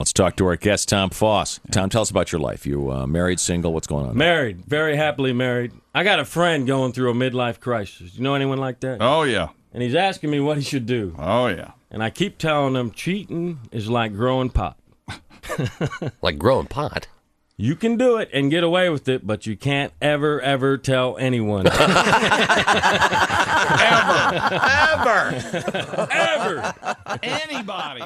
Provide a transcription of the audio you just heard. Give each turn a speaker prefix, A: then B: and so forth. A: Let's talk to our guest, Tom Foss. Tom, tell us about your life. You uh, married, single? What's going on?
B: Married, very happily married. I got a friend going through a midlife crisis. You know anyone like that?
C: Oh yeah.
B: And he's asking me what he should do.
C: Oh yeah.
B: And I keep telling him cheating is like growing pot.
D: Like growing pot.
B: You can do it and get away with it, but you can't ever, ever tell anyone.
C: Ever.
B: ever.
C: Anybody.